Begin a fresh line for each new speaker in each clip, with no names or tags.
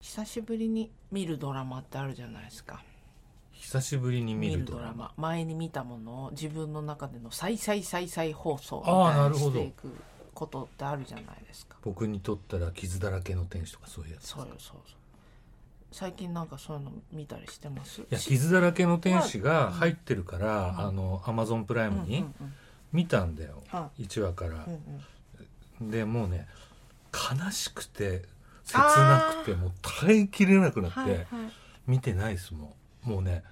久しぶりに見るドラマってあるじゃないですか
久しぶりに見
見
る
る
ド
ド
ラマ
ラマ前に見たものを自分の中での再再再再放送み
あー
たいに
なるほ
し
ど
ていくことってあるじゃないですか
僕にとったら傷だらけの天使とかそういうやつ
そうよそうそう最近なんかそういうの見たりしてます
いや
し
傷だらけの天使が入ってるから、あのアマゾンプライム
うんう
に
んうん
見たんだよ、
は
1話から
う、ん
でもうね悲しくて切なくてもう耐えきれなく
う
なんって、
はいはい
見てないですもんもうね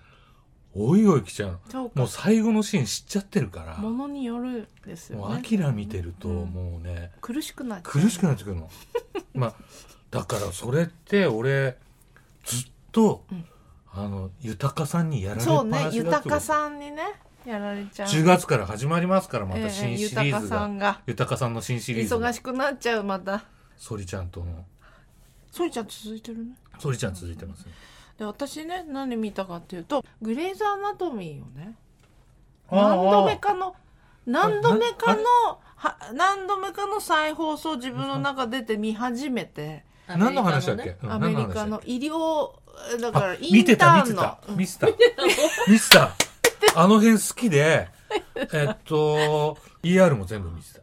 おいおい来ちゃうの
そう
も
か
う最後のシーン知っちゃってるから
ものによるですよ
もう
ね
アキラ見てると
うん
もうね、
苦しくなっちゃう
苦しくなってく るのまあだからそれって俺ずっと、
うん
あの豊かさんにやられっ
そう
ぱ
ね
なしだ
豊
と
かさんにねやられちゃう
10月から始まりますからま
え
た
え
新シリ
豊
ー
か
ズ
さ
が、
んが
豊かさんの新シリーズが
忙しくなっちゃうまた
ソリちゃんとの
それちゃん続いてるね
ソリちゃん続いてますね、
で私ね何見たかっていうと「グレイズ・アナトミー」をね
ああ
何度目かの何度目かの
な
は何度目かの再放送自分の中出て見始めて
何の話だっけ、うん
アメリ
何
カ
話だ
の
っけ
医療だ
あ
からイ
見
ンタ
てた見
ーン
てた
の
見てた見てたあの辺好 きでえっと ER も全部見てた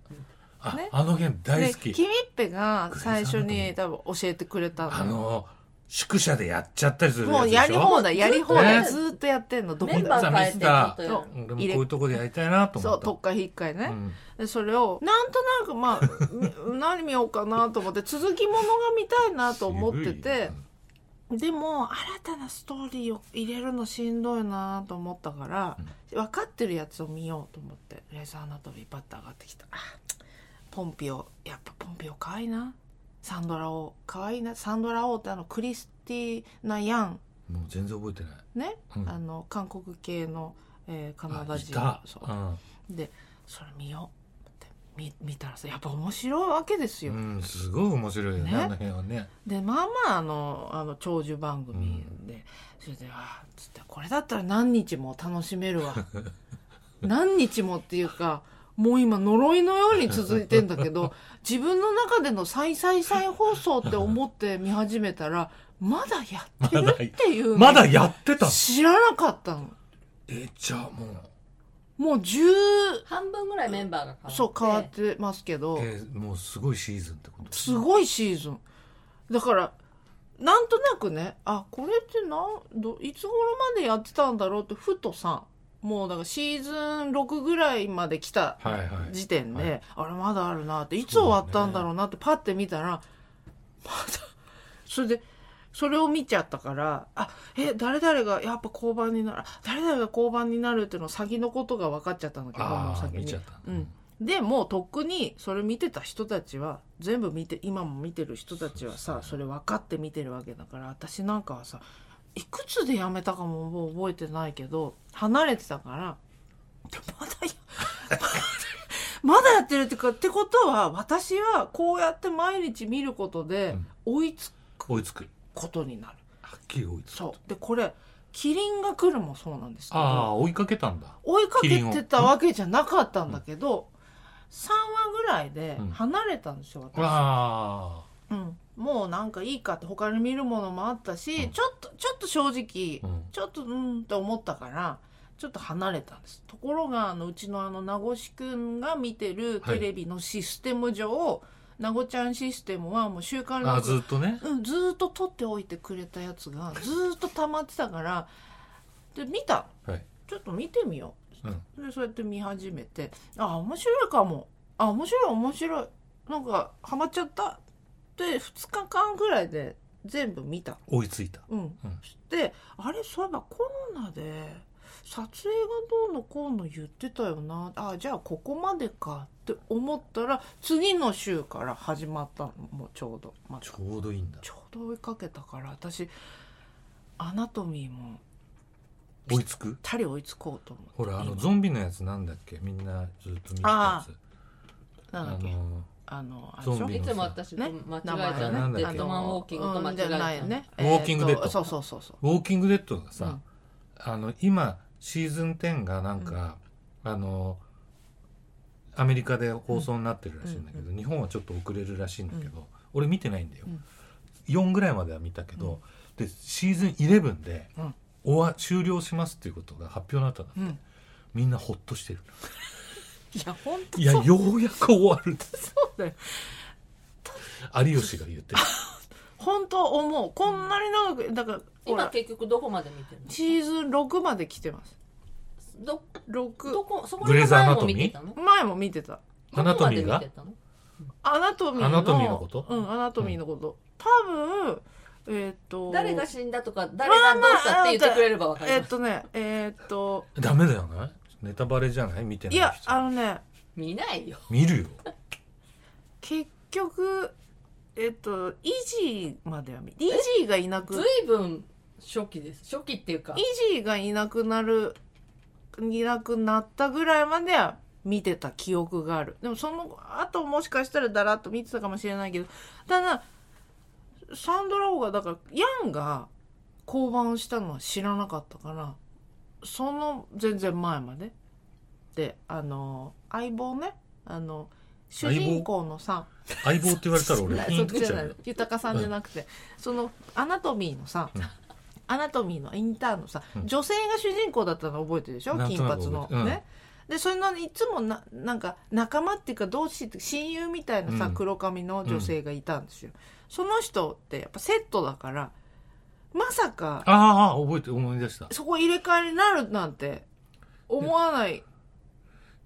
あ,、
ね
あの辺大好き、
でキミッペが最初に
グレイ
多分教えてくれた
あ
の
の宿舎でやっちゃったりする
もうやり放題やり放題
ね
ずーっとやってんのどこ
メ
で
ンバー変えてずっとやる
そう
俺もこういうとこでやりたいなと思
そう
った
特化引っかいね、
うん
でそれをなんとなくま あみ何見ようかなと思って続きものが見たいなと思っててでも新たなストーリーを入れるのしんどいなと思ったから、分かってるやつを見ようと思ってレーザーアナトミーパッと上がってきたあポンピオやっぱポンピオ可愛いなサンドラオ可愛いなサンドラオってあのクリスティーナ・ヤン
もう全然覚えてない
ね、
うん
あの韓国系の、えーカナ
あ
ダ
い
人
た
そう
うん
でそれ見ようって見見たらさやっぱ面白いわけですよ、
うんすごい面白いよね
ね
あの辺はね
でまあまああのあの長寿番組で、それで「あーつってこれだったら何日も楽しめるわ 何日もっていうかもう今呪いのように続いてんだけ ど自分の中での再再再放送って思って見始めたらまだやってるっていうの
まだやってた
知らなかったの
えじゃあもう
もう10
半分ぐらいメンバーが変わって
そう変わってますけど、
えーもうすごいシーズンってこと
すごいシーズンだからなんとなくねあこれってなんどいつ頃までやってたんだろうってふとさもうだからシーズン6ぐらいまで来た
はいはい
時点で、
は
あれまだあるなっていつ終わったんだろうなってパッて見たら、まだそれでそれを見ちゃったからあえ誰々がやっぱ交番になるあ誰々が交番になるっていうのを先のことが分かっちゃったんだけどもう
ああ
先
見
に
ちゃった
うん、でもうとっくにそれ見てた人たちは全部見て今も見てる人たちは
そう
さ
そ
そ
う
れ分かって見てるわけだから私なんかはさいくつでやめたかももう覚えてないけど離れてたからまだや まだやってるってかってことは私はこうやって毎日見ることで追いつく
追いつく
ことになる、
はっきり追いつく
そうでこれ「キリンが来る」もそうなんですけど
ああ追いかけたんだ
追いかけてたわけじゃなかったんだけど、3話ぐらいで
うん
離れたんですよ、私、
あ
うんもうなんかいいかって他に見るものもあったし、
うん
ちょっとちょっと正直、
あうん
ちょっとうんって思ったからちょっと離れたんですところがあのうちのあの名越くんが見てるテレビのシステム上、名護ちゃんシステムはもう週刊
あ
録
ずっとね
うん、ずーっと取っておいてくれたやつがずーっと溜まってたからで見た、
はい
ちょっと見てみよう、
う
でそうやって見始めてあ面白いかもあ面白い面白いなんかハマっちゃったで2日間ぐらいで全部見た
追いついた
うん、
ん
してあれそういえばコロナで撮影がどうのこうの言ってたよなあじゃあここまでかって思ったら次の週から始まったのもうちょうどまた
ちょうどいいんだ
ちょうど追いかけたから私アナトミーも
追いつく
たり追いつこうと思って
ほらあの
今
ゾンビのやつなんだっけみんなずっと見てたや
あ
つ
なんだっけ
の
あのあれ
ゾンビ
い
の
つも
さ
私と
ね
間違え
名前
た
なん
ね
だっけ
デッドマンウォーキングと間違え
うんじゃない
た
よね
ウォーキングデッド
えとそうそうそうそう
ウォーキングデッドがさ、
うん
あの今シーズン10がなんか、あのアメリカで放送になってるらしいんだけど、
うん
日本はちょっと遅れるらしいんだけど、俺見てないんだよ、
うん
4ぐらいまでは見たけど、でシーズン11で、
うん
終わ終了しますっていうことが発表になったんだって、
うん
みんなほっとしてる
いや本当
いやようやく終わるって
そうだよ
有吉が言ってる
本当思うこんなに長くだからほ
今
ら
結局どこまで見てるの
シーズン6まで来てます
どど
6
こそこ
グレーズアナトミー
見てたの
前も見てた
アナトミーが
どこまで見てたの
アナトミーの
アナトミーのこと
うんアナトミーのこと、多分えーっと
誰が死んだとか誰がどうしたって言ってくれればわかり
えー
ま
っ
す
とねえーっと
ダメだよねネタバレじゃない見てない
い
人
やあのね
見ないよ
見るよ
結局えっとイジーまでは見イジーがいなく
ず
イ
いぶん初期です初期っていうか
ジーがいなくなるいなくなったぐらいまでは見てた記憶があるでもその後もしかしたらだらっと見てたかもしれないけどただサンドラオがだからヤンが降板したのは知らなかったからその全然前までであの相棒ねあの主人公のさ
相棒って言われたら俺
ない
ピ
そ
ン
っ
と
ちじ
き
ゃ
ち
な
ゃ
いうの
よ
豊かさんじゃなくて、そのアナトミーのさ、
うん
アナトミーのインターンのさ、
うん
女性が主人公だったの覚えてるでしょ
なん
金
となく
髪の、
覚えてる
ねでそれのいつもななんか仲間っていうか同士って親友みたいなさ、
うん
黒髪の女性がいたんですよ、その人ってやっぱセットだからまさか
ああ覚えて思い出したで
そこ入れ替えになるなんて思わない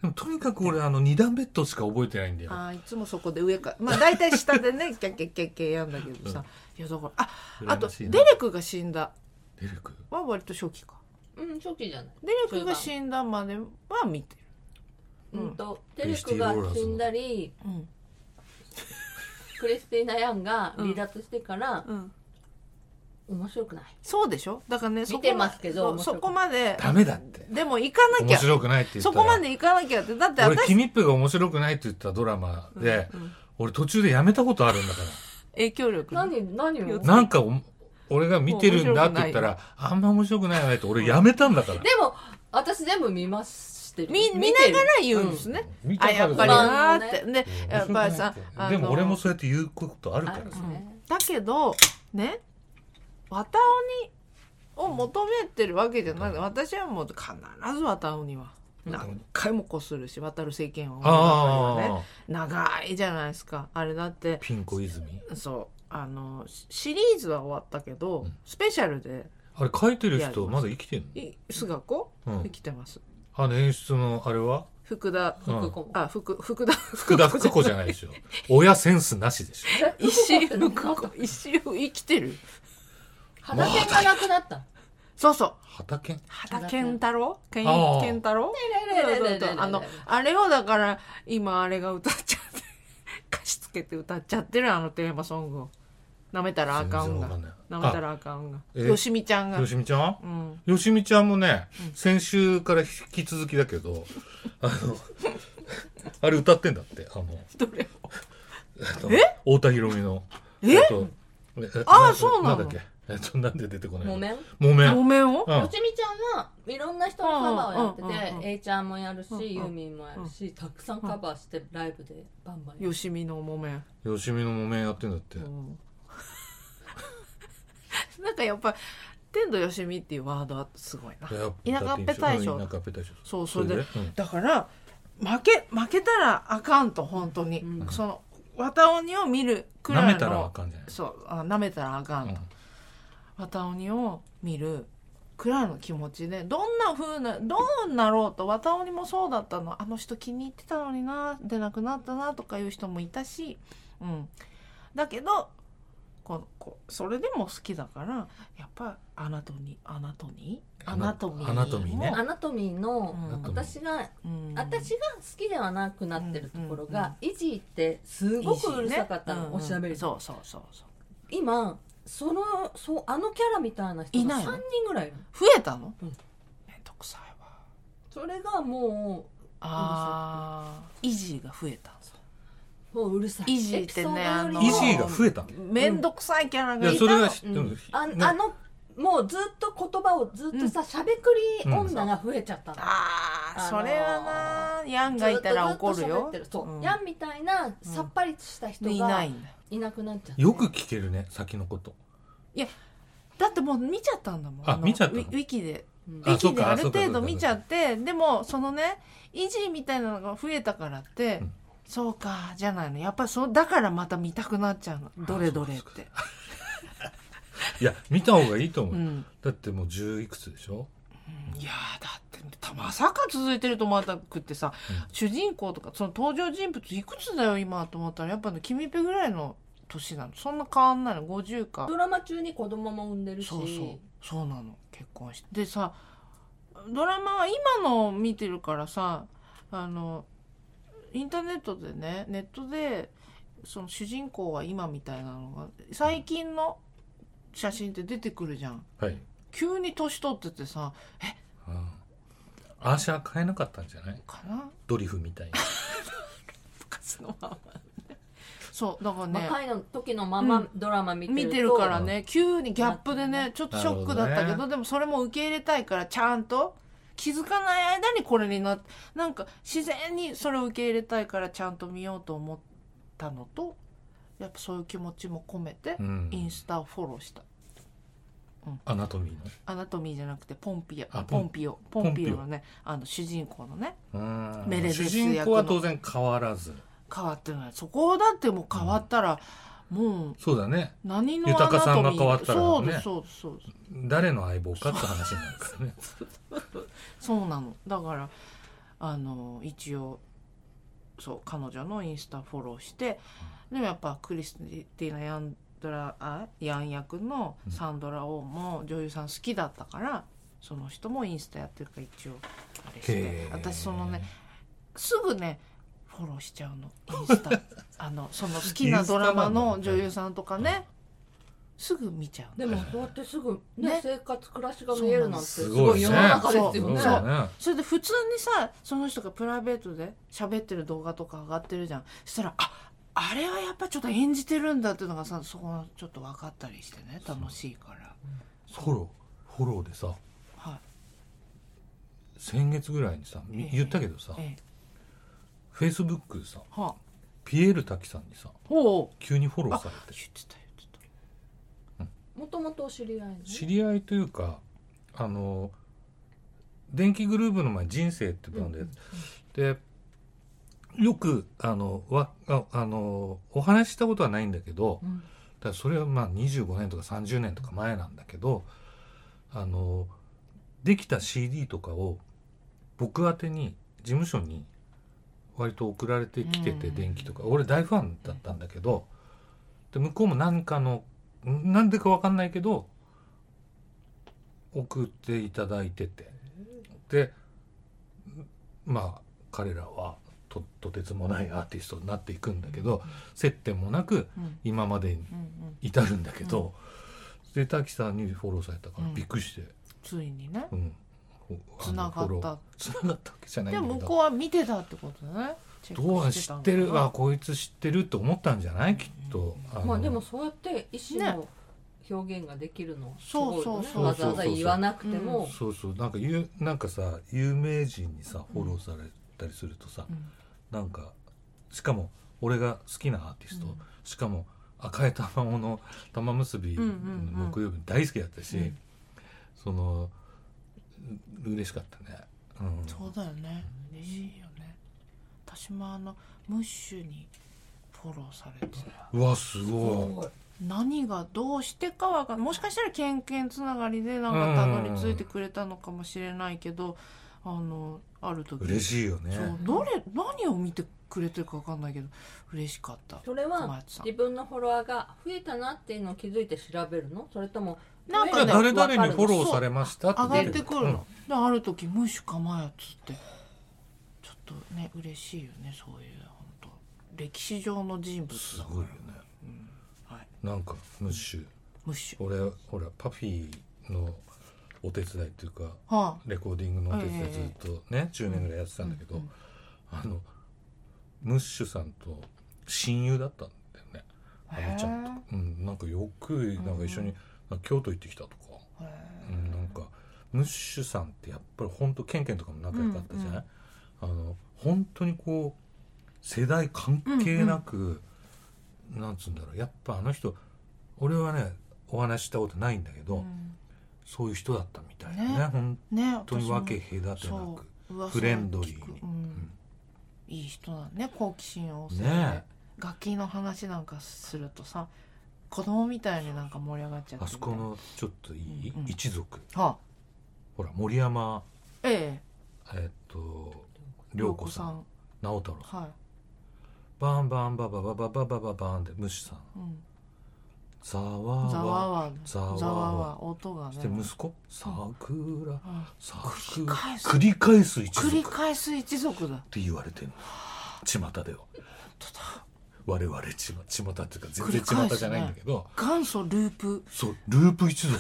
もとにかく俺あの二段ベッドしか覚えてないんだよ
あーいつもそこで上かまあ大体下でねキャッキャッキャッキャやんだけどさ、いやだからああとデ
羨まし
レクが死
いな
んだ
デレク
は割と初期か
うん初期じゃない
デレクが死んだまでは見てる
うんとテレクが死んだり
うん
クリスティーナ・ヤンが離脱してから
うん
面白くない
そうでしょだからねそこ
見てますけど
そ
面
そ
白く
こまで
ダメだって
でも行かなき
面
ゃ
白くないって言った
そ
ら
こまで行かなきゃってだって
俺
私
君っぺが面白くないって言ったドラマで、
うん
俺途中でやめたことあるんだから
影響力ね
何何を
なんかお俺が見てるんだって言ったら、あんま面白くないわねって俺やめたんだから。
でも私全部見ましてる
見見
て
な
る
がら言うんですね、
見
あやっぱり
まあ
なーって、ね、やっぱりさ
でも俺も
あ
そうやって言うことあるから
ある
さ
ね。
のだけどね綿鬼を求めてるわけじゃない私はもう必ず綿鬼は何回もこするし渡る世間は
ああ、
ね長いじゃないですかあれだって
ピンコ泉。
そうあのシシリーズは終わったけど、スペシャルで
あれ書いてる人まだ生きてん
い菅子、
のう
生
ん。
きてます
あの演出のあれは
福田、
うん
福子
あ福福田福
福田福子じゃない でしょ。親センスなしでしょ。
石井福 子石井生きてる
肌剣がなくなった
そうそう
畑
畑健太郎健
ああ
健太郎そうそうそうあのあれをだから今あれが歌っちゃって貸し付けて歌っちゃってるあのテーマソングをなめたらあかん
全然
が
わかんない
なめたらあかんが
え
よしみちゃんが
よしみちゃん
うん
よしみちゃんもね、先週から引き続きだけど、あの、 あれ歌ってんだって、あの、
どれ
あの太田博美の。
え
えっとえ
あー
と
そうなの
んだっけえっと、なんで出てこないの
木綿
木綿。
木綿を
うん
よちみちゃんはいろんな人のカバーをやって
うんうんうんうん
て A ちゃんもやるし
うんうん
ユーミンもやるしたくさんカバーしてライブでバンバンやる
よしみの木綿、
よしみの木綿やってんだって。
なんかやっぱ天童よしみっていうワードはすごいな
や
田舎っぺ大将
うん田舎っぺ大将。
そうそれで
うん
だから負け負けたらあかんと本当に、
うん
その綿鬼を見るくらい
舐
の
めたらあかんじゃない
そうあ舐めたらあかんと、綿鬼を見るくらいの気持ちでどんな風などうなろうと綿鬼もそうだったのあの人気に入ってたのにな出なくなったなとかいう人もいたし、うん、だけどこのこうそれでも好きだからやっぱアナトニーアナトニー
ア
ア
ナ
ナトミー
アナトミーね
アナトミーの
うん
アナトミー
私が
うん
私が好きではなくなってるところが、イジーってす
す
ごくうるさかったの、おしゃべり、
そうそうそうそう
今そのそうあのキャラみたいな人
い
が
ないの
3人ぐらいいる
増えたの、
うん
めんどくさいわ
それがも
あーイージーが増えた
うもううるさい
イジーってね
エピソードよりも
あの
イジーが増えたの。
めんどくさいキャラ
い
が
や、
い
そ
た
れ
の
は知って
う
る
んああのもうずっと言葉をずっとさ、しゃべくり女が増えちゃったの、
あー
あのー
それはなヤンがいたら怒る
ずっとずっと喋
よ
ってるそう、
うん
ヤンみたいなさっぱりした人が、
いないんだよ
いなくなっちゃった
よく聞けるね、先のこと。
だってもう見ちゃったんだもん
あ
の
見ちゃった
ウ
の
ィウィキで
うん
ウィ
あそ
キ
う
であ
か
る程
そうか
度見ちゃってでもそのね維持みたいなのが増えたからって、
うん
そうかじゃないのやっぱりそうだからまた見たくなっちゃうのどれどれって
いや、見た方がいいと思
う
う。
ん
だってもう十いくつでしょ
いやーだってたまさか続いてると思わなくってさ、
う
主人公とかその登場人物いくつだよ今と思ったらやっぱね君ぺぐらいの年なのそんな変わんないの50か
ドラマ中に子供も産んでるし
そうそうそうなの結婚してでさドラマは今のを見てるからさあのインターネットでねネットでその主人公は今みたいなのが最近の写真って出てくるじゃん
はい。
急に年取っててさ
ああアーシャ買えなかったんじゃない
かな
ドリフみたいな。
とかそのままねそうだからね
若いの時のままドラマ見てると
見てるからね急にギャップでねちょっとショックだったけ
なるほ
ど
ど
でもそれも受け入れたいからちゃんと気づかない間にこれになっなんか自然にそれを受け入れたいからちゃんと見ようと思ったのとやっぱそういう気持ちも込めて
うん
インスタをフォローした、
アナトミーの。
アナトミーじゃなくてポンピア
あ
ポ
ポン
ンピオポンピオ
ポンピオ
のねあの主人公のね
うん
メレデス
主
役の
人公は当然変わらず
変わってないそこだってもう変わったら、もう
そうだね
何のアナトミー
豊さんが変わったらね
そうですそうですそうです
誰の相棒かって話にな るからね
そうなのだからあの一応そう彼女のインスタフォローして、でもやっぱクリスティーナ・ヤンドラあヤン役のサンドラ・オーも女優さん好きだったから、その人もインスタやってるから一応あれして
へー
私そのねすぐねフォローしちゃうのインスタあのその好きなドラマの女優さんとかねすぐ見ちゃう
で
の
もそうやってすぐね
ね
生活暮らしが見えるなんて
そう
す
なんです
ごい世の中
そ
ですよ
う
ね
すごい
だね
それで普通にさその人がプライベートで喋ってる動画とか上がってるじゃんそしたらああれはやっぱちょっと演じてるんだっていうのがさそこがちょっと分かったりしてね楽しいから
フォローフォローでさ
は
先月ぐらいにさみ
ええ
言ったけどさ
いええ
フェイスブックでさ
はあ
ピエール滝さんにさ
ほう
急にフォローされ
言
て
ってた言ってた
もともとお知り合いの
知り合いというかあの電気グループの前人生って番で、でよくあのわああのお話ししたことはないんだけど、
うん
だからそれはまあ25年とか30年とか前なんだけどあのできた CD とかを僕宛てに事務所に割と送られてきてて
うん
電気とか俺大ファンだったんだけどで向こうも何かの何でか分かんないけど送っていただいててでまあ彼らはととてつもないアーティストになっていくんだけど接点もなく
うん
今までに
うんうん
至るんだけど、で滝さんにフォローされたから
うん
びっくりして、
ついにね
うんつ
繋がった
つながったわけじゃないん
で
だけ
も
ど
向こうは見てたってことだねチェック
どうは
し
知
たの
っ
か
て
な
るあこいつ知ってると思ったんじゃないきっと、の
まあでもそうやって意思
ね
の表現ができるのす
そ
ご
う
いよ
そう
ね
そう
わざわざ言わなくても
そうそうなんかゆなんかさ有名人にさフォローされたりするとさ、
うん
なんかしかも俺が好きなアーティスト、
うん
しかも赤い卵の玉結び
うんうんうん
木曜日大好きだったし、
うん
そのう嬉しかったね、うん、
そうだよね嬉しいよね私もあのムッシュにフォローされて
うわすご
す
何がどうしてかわかんないもしかしたらケンケンつながりでなんかたどり着いてくれたのかもしれないけど、あのある時
い嬉しいよね
そうどれ何を見てくれてるかわかんないけど嬉しかった
それ
小
は
松さん
自分のフォロワーが増えたなっていうのを気づいて調べるのそれとも
なん
じ
か
ゃあ
ね
誰々にフォローされました
上がってくるの、
うん
である時「ムッシュかまや」っつってちょっとね嬉しいよねそういう本当歴史上の人物
す
だ
ごいよね
はい
なんかムッシュ
ムッシュ
俺ほらパフィーのお手伝いっていうか
は
レコーディングのお手伝いずっとね10年ぐらいやってたんだけどあのムッシュさんと親友だったんだよね
あ
あのちゃんとうんなんかよくなんか一緒になんか京都行ってきたとか
へえ
うんなんかムッシュさんってやっぱり本当ケンケンとかも仲良かったじゃない、あの本当にこう世代関係なく、なんつうんだろうやっぱあの人俺はねお話ししたことないんだけど、
うん
そういう人だったみたいなね
ね
本
ね本
当に分け隔てなくフレンドリーに
うん、いい人だね好奇心旺盛で、
ね
楽器の話なんかするとさ子供みたいになんか盛り上がっちゃって
あそこのちょっといい、
うんうん
一族
は
ほら森山
ええ
えっと涼子さん直太朗さん
は
バンバンババババババババンで虫さん
い、うん、
ざ
ざ
わ
わ
わ
わ
ざわわ
ざわわ音がね
そして息子桜
うん
桜
繰り返す
繰り返す一
繰
族っ
り返す一族だ
て言われてるの巷では我々ちま巷っていうか全
繰り返
然
すね
巷じゃないんだけど
元祖ループ
そうループ一族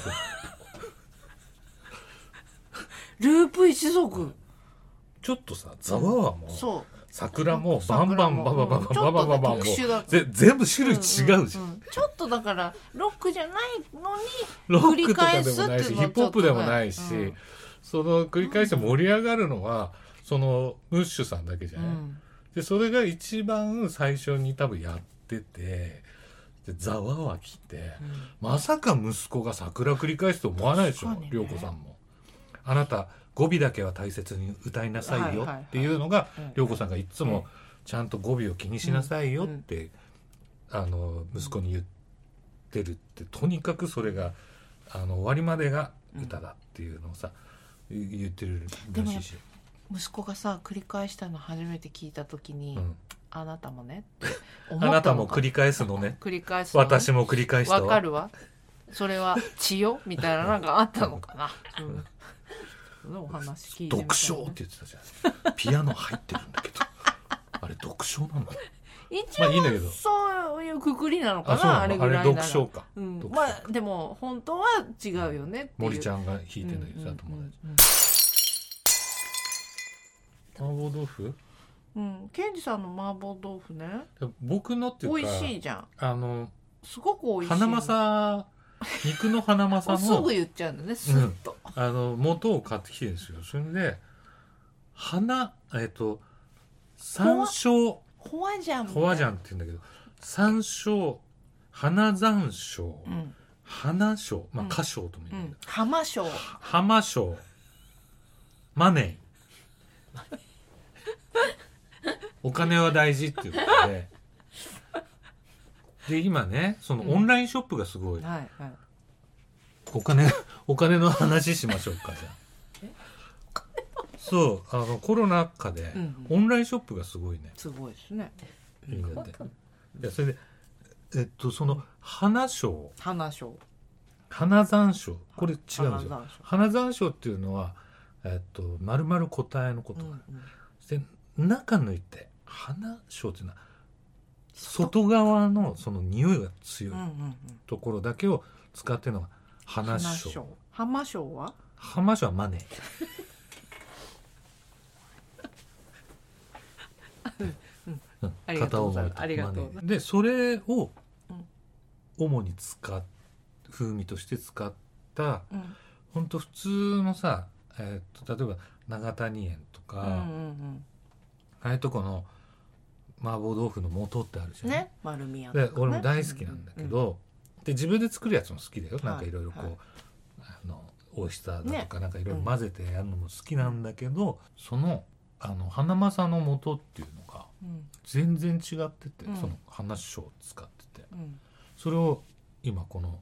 ループ一族
ちょっとさざわわも
そう
桜もバ
桜
ン
も
バンバババ
うんち
バ
ょ
バ
っ
バ
と
バ
ね
バも
特殊だ
ぜ全部種類違うじゃん
んんちょっとだからロックじゃないのに
ロ
繰
ック
り
とか
返
ですも
って
ないし、
いう
ヒ
のは
ッ
ち
プ
ょっ
ホッ
と
プ
ね
でもないし、
うん
その繰り返して盛り上がるのは、そのムッシュさんだけじゃ
う
ない、
ん
で、それが一番最初に多分やってて、で、ざわわ来て、まさか息子が桜繰り返すと思わないでしょ
確かに、ね
涼、子さんも。あなた、語尾だけは大切に歌いなさいよ
はいはいはい
っていうのが
うん、
涼、子さんがいつも、ちゃんと語尾を気にしなさいよって、あの、息子に言ってるって、とにかくそれが、あの、終わりまでが歌だっていうのをさ、言ってるらしいし。
息子がさ繰り返したの初めて聞いた時に「
うん
あなたも ね」って思
あ
ったのか
なたも繰り返すのね。
繰り返すの
私も繰り返した
わかるわそれは血よみたいななんかあったのかな、うん、そのお話聞いてみ
読
たい
書
な
って言ってたじゃん。ピアノ入ってるんだ けど。あれ読書なの
一
ま
応、
あいいんだけど。
そういうくくりなのか
あ、
な
そう
あ
な
れ
の
ぐら
あ
い
れ
なら
読書か。
うん、
読書
まあでも本当は違うよねっていう
森ち
ゃん
ゃんが弾いてんだけどさ、友達。麻婆豆腐
うん、うんうん、ケンジさんの麻婆豆腐ね
僕のっていうか、
美味しいじゃん
あの、
すごく美味しい
花まさ、肉の花まさ
あすぐ
の、
言っちゃうんだねスッと、
あの、元を買ってきてるんですよ。それで、花、えっと、山椒、
ホワジャンみたい
ホワジャンって言うんだけど、山椒、花山椒、
うん
花椒、まあ、
うん
花椒とも
う
言うんだ
ん浜椒
けど、浜椒、マネー。お金は大事っていうことで、で、今ね、その
うん
オンラインショップがすごい、
はいはい
お金、お金の話しましょうか、じゃあ。 そう、あの、コロナ禍で
うんうん、
オンラインショップがすごいね。
すごいですね
いいんだっていやそれでえっとその花椒
花椒
花山椒これ違うんですよ
花山椒
花山椒っていうのはえっと丸々答えのこ
う
と、
んうん
で中抜いて花椒っていうのは外側のその匂いが強い
うんうんうん
ところだけを使ってるのが
花
花椒
椒浜椒は
花椒はマネーうん
ありがとうございます
片思
ありがとうございます
マネーでそれを
うん
主に使っ風味として使った
うん
ほんと普通のさ、えーっと例えば長谷園と
うんう
か、
ん
ああいうとこの麻婆豆腐の素ってあるじ
う
ゃ
ん
ん、
ね丸みや
で俺も大好きなんだけど、で自分で作るやつも好きだよ、なんかいろいろこう、
はい
あのオイスターだとか、なんかいろいろ
うん
混ぜてやるのも好きなんだけど、そのあの花正の素っていうのが
うん
全然違ってて、
うん
その花椒を使ってて
うん
それを今この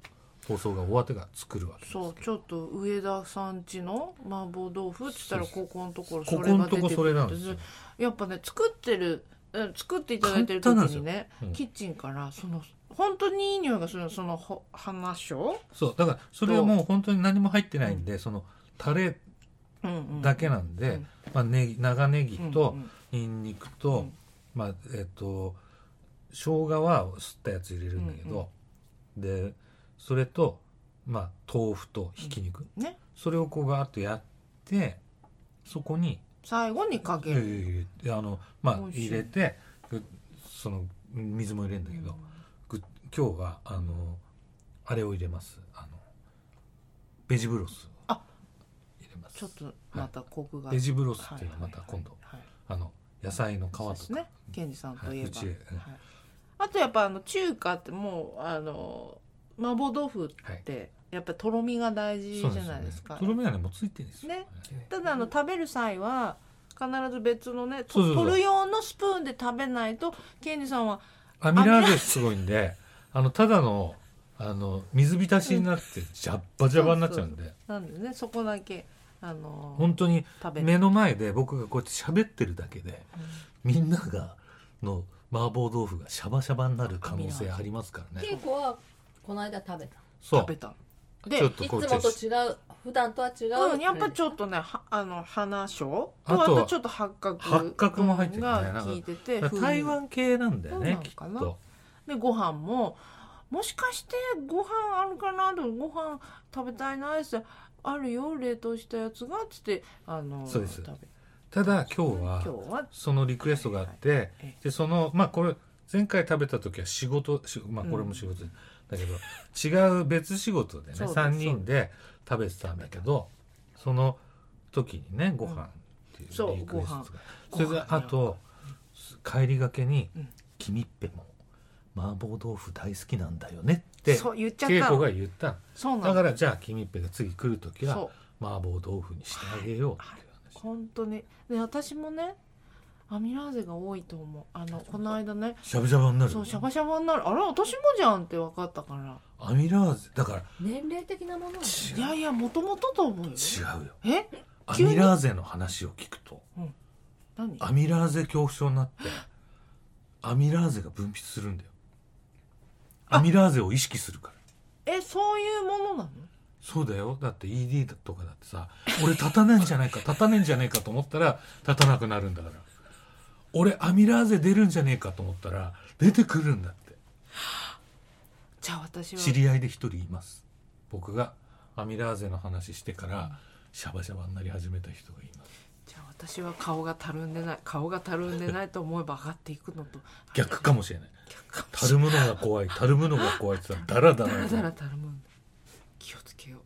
放送が終わってから作るわけですけ
そ
ど
うちょっと上田さん家の麻婆豆腐って言ったら
そう
ここのところ
こ
そ
こ
れ
の
が
と
出
こ
て
そ
く
れ
る
なん
んで
です
す
よ
やっぱね作ってるうん作っていただいてる時にね、
簡単なんですようん
キッチンからその本当にいい匂いがするのそのほ花椒、
そうだからそれはもう本当に何も入ってないんで、そのタレ
うんうん、
だけなんで、
うん
まあ、ネギ長ネギと
うんうん
ニンニクと、
うん
まあえっ、と生姜はすったやつ入れるんだけど、でそれと、まあ、豆腐とひき肉、
うんね
それをこうガーッとやってそこに
最後にかけ
いや
る、
いやいやあの、まあ
美、味しい
入れてぐその水も入れるんだけど、ぐ今日はあのあれを入れますあのベジブロスを
あ
入れます
ちょっとまたコクが、
ベジブロスっていうのはまた今度、
はいはいはい
あの野菜の皮と
そう
か
ですね。ケンジさんといえば、
はいうちへうん
はいあとやっぱあの中華ってもうあの麻婆豆腐ってやっぱとろみが大事じ
そ
ゃ
う
ないですか。
よねとろみはねもうついてるんですよ。
ねただあの食べる際は必ず別のねと
そうそうそう
取る用のスプーンで食べないとケンジさんは
アミラーゼすごいんで、あのただのあの水浸しになってジャッバジャバになっちゃうんで、
なんでねそこだけあの
本当に
食べ
目の前で僕がこうやって喋ってるだけで、みんながの麻婆豆腐がシャバシャバになる可能性ありますから
稽
ね。
古はこの間食べた
そう
食べた。で
ちょっと
いつ
こ
も
う
と違う普段とは違う、
うん、やっぱちょっとねはあの花椒と
あ
あ
とは
とちょっと八角
八角も入ってるね
が効いてて
だから台湾系なんだよね
そうな
きっ
のかな
と。
でご飯ももしかしてご飯あるかなとご飯食べたいなってあるよ冷凍したやつがっつってあの
そうです
食べ
ただ今日
今
は
日は
そのリクエストがあって、
え
でそのまあこれ前回食べた時は仕事しまあ
うん
これも仕事だけど、違う別仕事でね
そうです
3人で食べてたんだけどその時にねご飯っていう
そう
リクエストが、
ご
そ
飯
れであと帰りがけに
うん
「君っぺも麻婆豆腐大好きなんだよね」って
そう言っちゃっ
恵
た
子
の
が言ったの
そうな
だ
の
からじゃあ君っぺが次来る時は
そう
麻婆豆腐にしてあげようっていう話。
本当にで私もねアミラーゼが多いと思うあのこの間ね
しゃぶしゃぶになる
そうシャバシャバになるあら私もじゃんって分かったから
アミラーゼだから
年齢的なものはね
いやいやもともとと思うよ
違うよ
え
ア
急に
ミラーゼの話を聞くと
何
アミラーゼ恐怖症になってアミラーゼが分泌するんだよアミラーゼを意識するから
えそういうものなの
そうだよだって ED だとかだってさ俺立たないんじゃないか立たないんじゃないかと思ったら立たなくなるんだから俺アミラーゼ出るんじゃねえかと思ったら出てくるんだって
じゃあ私は
知り合いで一人います僕がアミラーゼの話してからシャバシャバになり始めた人がいます
じゃあ私は顔がたるんでない顔がたるんでないと思えば上がっていくのと
逆かもしれない
逆か
たるむのが怖いたるむのが怖いって言ったらダラ
だ
ダ
ら
ラ
だらたるむんだ気をつけよう